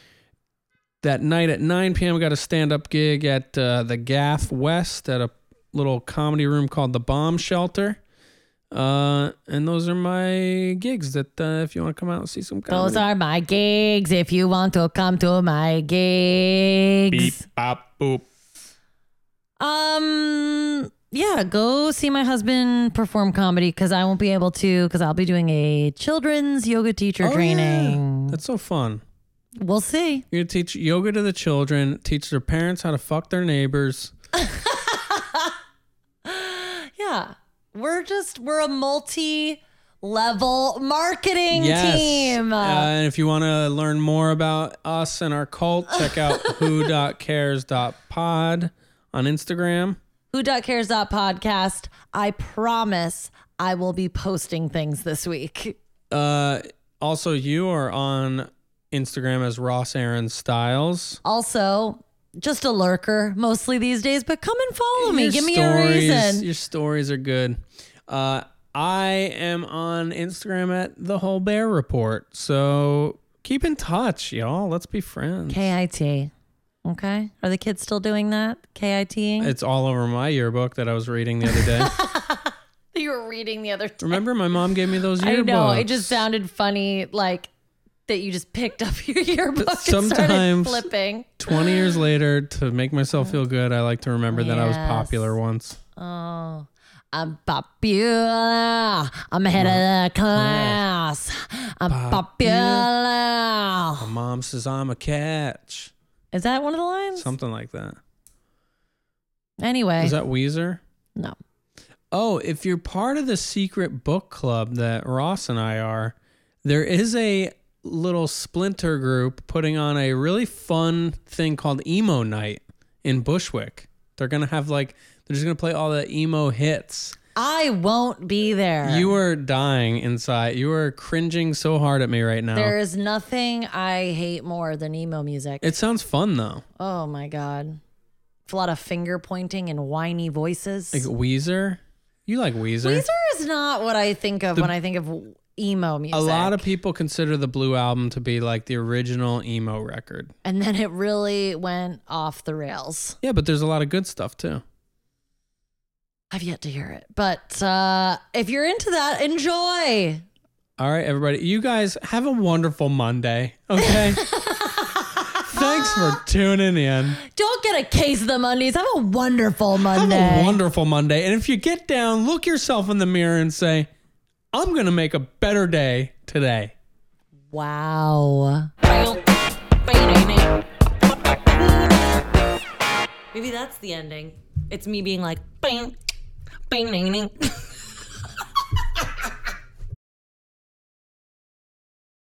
that night at 9 p.m., we got a stand up gig at uh, the Gaff West at a little comedy room called the Bomb Shelter. Uh, and those are my gigs that uh, if you want to come out and see some comedy. Those are my gigs. If you want to come to my gigs. Beep, bop, boop. Um. Yeah, go see my husband perform comedy because I won't be able to because I'll be doing a children's yoga teacher Oh, yeah. training. That's so fun. We'll see. You're going to teach yoga to the children, teach their parents how to fuck their neighbors. Yeah, we're just we're a multi-level marketing team. Uh, and if you want to learn more about us and our cult, check out who.cares.pod on Instagram. Who dot cares dot podcast. I promise I will be posting things this week. Uh, also, you are on Instagram as Ross Aaron Styles. Also, just a lurker mostly these days, but come and follow me. Your Give me stories- a reason. Your stories are good. Uh, I am on Instagram at The Whole Bear Report. So keep in touch, y'all. Let's be friends. KIT. Okay. Are the kids still doing that? KITing? It's all over my yearbook that I was reading the other day. You were reading the other time. Remember, my mom gave me those I yearbooks. know. It just sounded funny, like that you just picked up your yearbook and started sometimes- flipping. 20 years later, to make myself feel good, I like to remember that I was Yes. popular once. Oh. I'm popular. I'm ahead of the class. I'm popular. My mom says I'm a catch. Is that one of the lines? Something like that. Anyway, Is that Weezer? no. Oh, if you're part of the secret book club that Ross and I are, there is a little splinter group putting on a really fun thing called Emo Night in Bushwick. They're going to have like, they're just going to play all the emo hits. I won't be there. You are dying inside. You are cringing so hard at me right now. there is nothing I hate more than emo music. it sounds fun though. Oh my God. It's a lot of finger pointing and whiny voices. Like Weezer. You like Weezer. Weezer is not what I think of when I think of emo music. A lot of people consider the Blue Album to be like the original emo record. and then it really went off the rails. Yeah, but there's a lot of good stuff too. I've yet to hear it, but uh, if you're into that, enjoy. All right, everybody. You guys have a wonderful Monday. Okay. Thanks for tuning in. Don't get a case of the Mondays. Have a wonderful Monday. Have a wonderful Monday. And if you get down, look yourself in the mirror and say, I'm going to make a better day today. wow. Maybe that's the ending. It's me being like, bing, bing, ding, ding.